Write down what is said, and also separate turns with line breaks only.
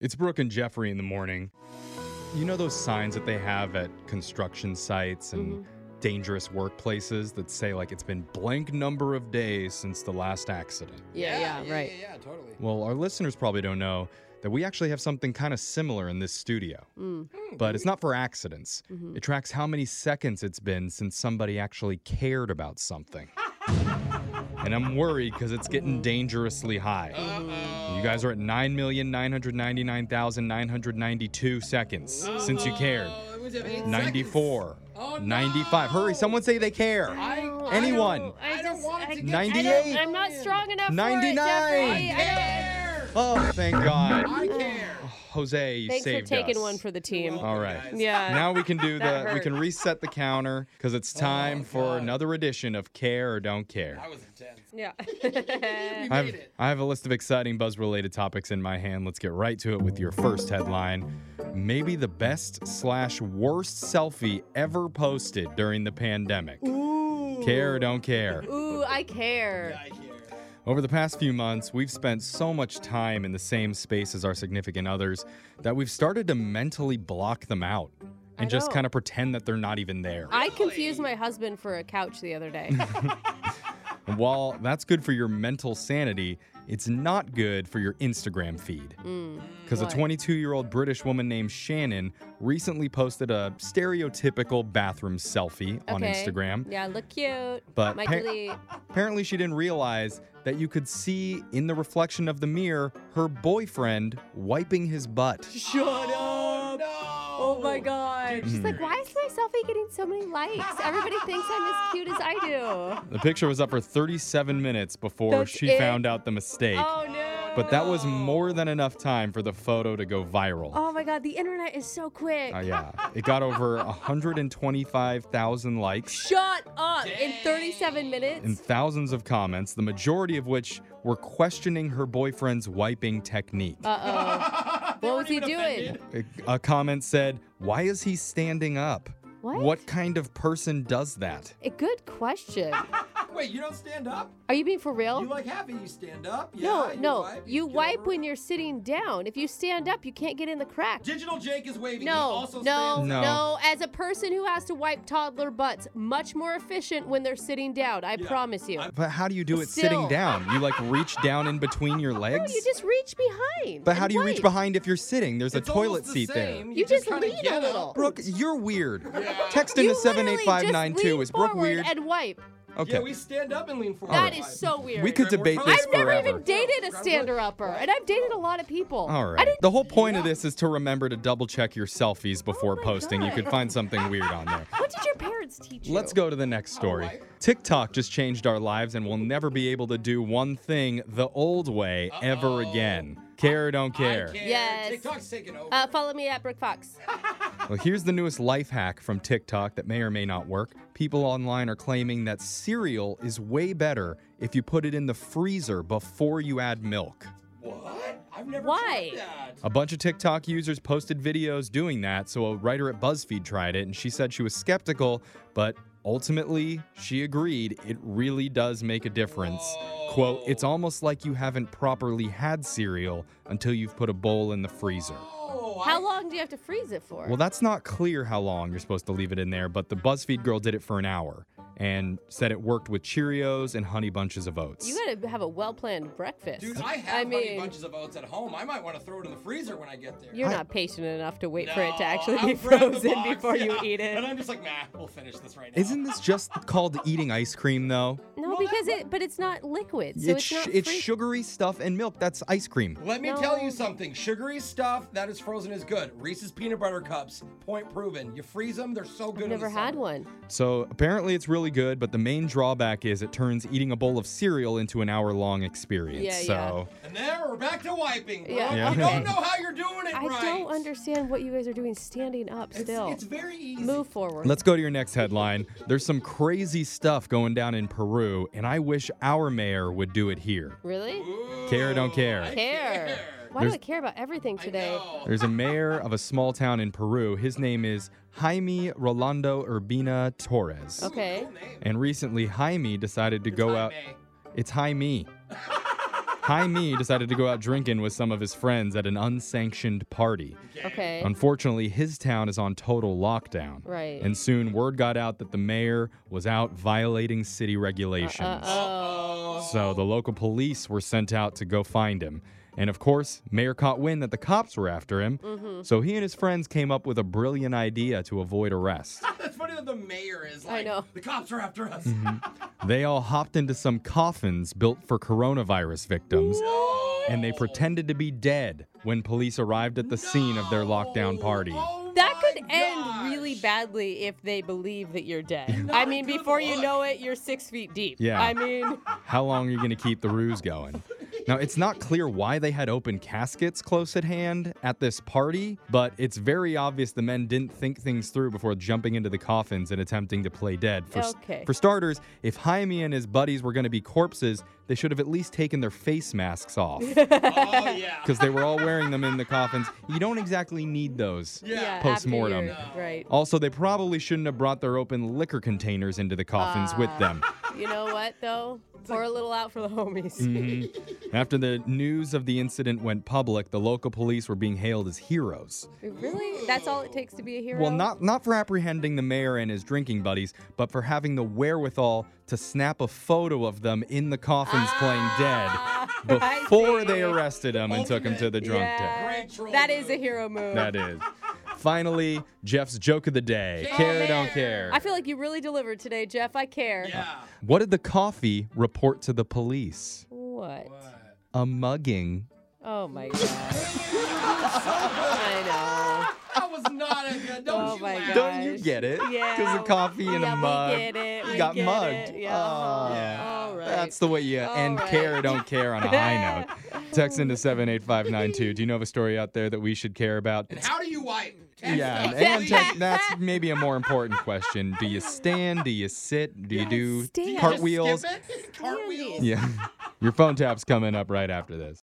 It's Brooke and Jeffrey in the morning. You know those signs that they have at construction sites and dangerous workplaces that say, like, it's been blank number of days since the last accident?
Yeah, yeah, right.
Yeah, yeah, totally.
Well, our listeners probably don't know that we actually have something kind of similar in this studio,
Mm.
but it's not for accidents.
Mhm.
It tracks how many seconds it's been since somebody actually cared about something. and I'm worried because it's getting dangerously high.
Oh.
You guys are at 9,999,992 seconds since you cared.
Oh, it was at eight
94,
seconds. Oh, no.
95. Hurry, someone say they care.
I-
No,
Anyone.
don't-
I don't want it to get-
I don't-
98.
I'm not strong enough. For
99.
it, Jeffrey. I don't-
care.
Oh, thank God.
I care.
Jose, you
Thanks for
saved
taking
us.
one for the team.
You're welcome,
All right.
guys.
Yeah.
Now we can do
That
the, we can
hurt.
reset the counter because it's time for
Oh God.
another edition of Care or Don't Care.
That was intense.
yeah.
We
I
made
have,
it.
I have a list of exciting buzz related topics in my hand. Let's get right to it with your first headline. Maybe the best slash worst selfie ever posted during the pandemic.
Ooh.
Care or don't care.
Ooh, I care.
I care.
Over the past few months, we've spent so much time in the same space as our significant others that we've started to mentally block them out
I
and just
know.
kind of pretend that they're not even there.
I confused my husband for a couch the other day.
And while that's good for your mental sanity, it's not good for your Instagram feed.
Mm.
Because
Why?
a 22 year old British woman named Shannon recently posted a stereotypical bathroom selfie on
Okay.
Instagram.
Yeah, look cute.
But
Might
pa-
delete.
Apparently, she didn't realize that you could see in the reflection of the mirror her boyfriend wiping his butt.
Shut up.
No.
Oh my god. She's like, why is my selfie getting so many likes? Everybody thinks I'm as cute as I do.
The picture was up for 37 minutes before
That's
she
it?
found out the mistake.
Oh no.
But that was more than enough time for the photo to go viral.
Oh my god, the internet is so quick.
Uh, yeah. It got over 125,000 likes
Shut up. In 37 minutes.
and thousands of comments, the majority of which were questioning her boyfriend's wiping technique.
Uh
They
What was
weren't
he
even
doing?
offended.
A, a comment said, Why is he standing up?
What?
kind of person does that?
oh. A good question.
Wait, you don't stand up?
Are you being for real?
You like happy? You stand up?
no,
Yeah, you
no.
Wipe,
you
get
wipe
over
when
it.
you're sitting down. If you stand up, you can't get in the crack.
Digital Jake is waving. He
no,
also
no,
stands
No.
no, As a person who has to wipe toddler butts, much more efficient when they're sitting down. I
Yeah.
promise you.
I'm-
But how do you do it sitting
Still.
down? You like reach down in between your legs?
you just reach behind.
but how
and
do you reach
wipe.
behind if you're sitting? There's
It's
a
almost
toilet
the
seat there.
same.
You just
kinda
lean a
get up.
little.
Brooke, you're weird.
Yeah.
Text
You
into
literally just
78592.
lean
Is Brooke
forward
weird?
And wipe.
Okay.
Yeah, we stand up and lean forward.
That
Wipe.
is so weird.
We could
Grab more
debate
time.
this
I've never
forever.
even dated a stander upper, and I've dated a lot of people.
All right.
I didn't. Oh
the whole point of this is to remember to double check your selfies before
my
posting. You
God.
could find something weird on there.
What did your parents teach you?
Let's go to the next story.
All right.
TikTok just changed our lives, and we'll never be able to do one thing the old way ever
Uh-oh.
again. Care or don't
I
care?
care.
Yes.
TikTok's taking over.
Uh, follow me at Brooke Fox.
Well, here's the newest life hack from TikTok that may or may not work. People online are claiming that cereal is way better if you put it in the freezer before you add milk.
what? I've never
Why?
tried that.
A bunch of TikTok users posted videos doing that, so a writer at BuzzFeed tried it and she said she was skeptical, but ultimately she agreed it really does make a difference. Quote, it's almost like you haven't properly had cereal until you've put a bowl in the freezer.
Oh, I-
How long do you have to freeze it for?
Well, that's not clear how long you're supposed to leave it in there, but the BuzzFeed girl did it for an hour and said it worked with Cheerios and honey bunches of oats.
you gotta have a well-planned breakfast.
Dude, I have honey
mean,
bunches of oats at home. I might want to throw it in the freezer when I get there.
you're not patient enough to wait for it to
No,
actually
I'll
be
grab the
frozen
box,
before you
yeah.
eat
And
it.
I'm just like, nah, we'll finish this right now.
Isn't this just called eating ice cream, though?
No,
Well,
because
that-
it, but it's not liquid, so
it's
it's,
sh-
not.
it's
free-
sugary stuff and milk. That's ice cream.
Let me tell you
No.
something. Sugary stuff that is frozen is good. Reese's peanut butter cups, point proven. You freeze them, they're so good.
I've
in
never
the
had
summer.
one.
So apparently it's really good, but the main drawback is it turns eating a bowl of cereal into an hour long experience.
Yeah,
so
And there we're back to wiping. Bro.
Yeah.
Yeah.
You don't know how you're doing it
I
right.
don't understand what you guys are doing standing up.
It's,
Still,
it's very easy.
move forward.
let's go to your next headline. There's some crazy stuff going down in Peru, and I wish our mayor would do it here.
really
Ooh,
Care or don't care?
I
care. Why
There's-
do I care about everything
I
today?
know.
There's a mayor of a small town in Peru. His name is Jaime Rolando Urbina Torres.
Ooh,
Okay.
cool name.
And recently, Jaime decided to go out.
Jaime.
It's Jaime. Hi Me decided to go out drinking with some of his friends at an unsanctioned party.
Okay.
Unfortunately, his town is on total lockdown.
Right.
And soon word got out that the mayor was out violating city regulations.
Uh-uh.
Uh-oh.
So the local police were sent out to go find him. And of course, Mayor caught wind that the cops were after him. So he and his friends came up with a brilliant idea to avoid arrest.
That's funny that the mayor is
I
like,
know.
the cops are after us.
they all hopped into some coffins built for coronavirus victims.
No.
And they pretended to be dead when police arrived at the scene of their lockdown
No.
party.
Oh
That
my
could end really
gosh.
badly if they believe that you're dead.
Not
I
a
mean,
good
before you
look.
know it, you're six feet deep.
Yeah.
I mean,
How long are you going to keep the ruse going? Now, it's not clear why they had open caskets close at hand at this party, but it's very obvious the men didn't think things through before jumping into the coffins and attempting to play dead. For, s-
Okay.
for starters, if Jaime and his buddies were going to be corpses, they should have at least taken their face masks off
Oh, yeah.
because they were all wearing them in the coffins. You don't exactly need those.
Yeah.
after
Postmortem.
you're- Right.
Also, they probably shouldn't have brought their open liquor containers into the coffins with them.
You know what, though? Pour a little out for the homies.
Mm. After the news of the incident went public, the local police were being hailed as heroes.
really? That's all it takes to be a hero?
Well, not not for apprehending the mayor and his drinking buddies, but for having the wherewithal to snap a photo of them in the coffins
Ah!
playing dead
I
before
see.
they arrested him and took him to the drunk
yeah.
tank.
Great troll
That
move.
is a hero move.
That is. Finally, Jeff's joke of the day.
Care
care, don't
there.
care.
I feel like you really delivered today, Jeff. I care.
Yeah.
what did the coffee report to the police?
What?
What?
A mugging.
Oh my god. I
That was not a good. Don't
Oh
you
my
laugh.
Don't you
Gosh.
get it?
know. Yeah. Oh,
Because the coffee in
yeah,
a mug.
We get it.
You
we
got
get
mugged.
It. Yeah.
Oh.
Yeah.
All right.
That's the way you
All
end
right.
care, don't care on a high note. Text into 78592. Do you know of a story out there that we should care about?
And how do you wipe?
yeah, and,
Text
and
us,
text- that's maybe a more important question. Do you stand? Do you sit? Do you do
Stand.
please.
cartwheels?
Skip it. Cartwheels.
Yeah. Your phone tap's coming up right after this.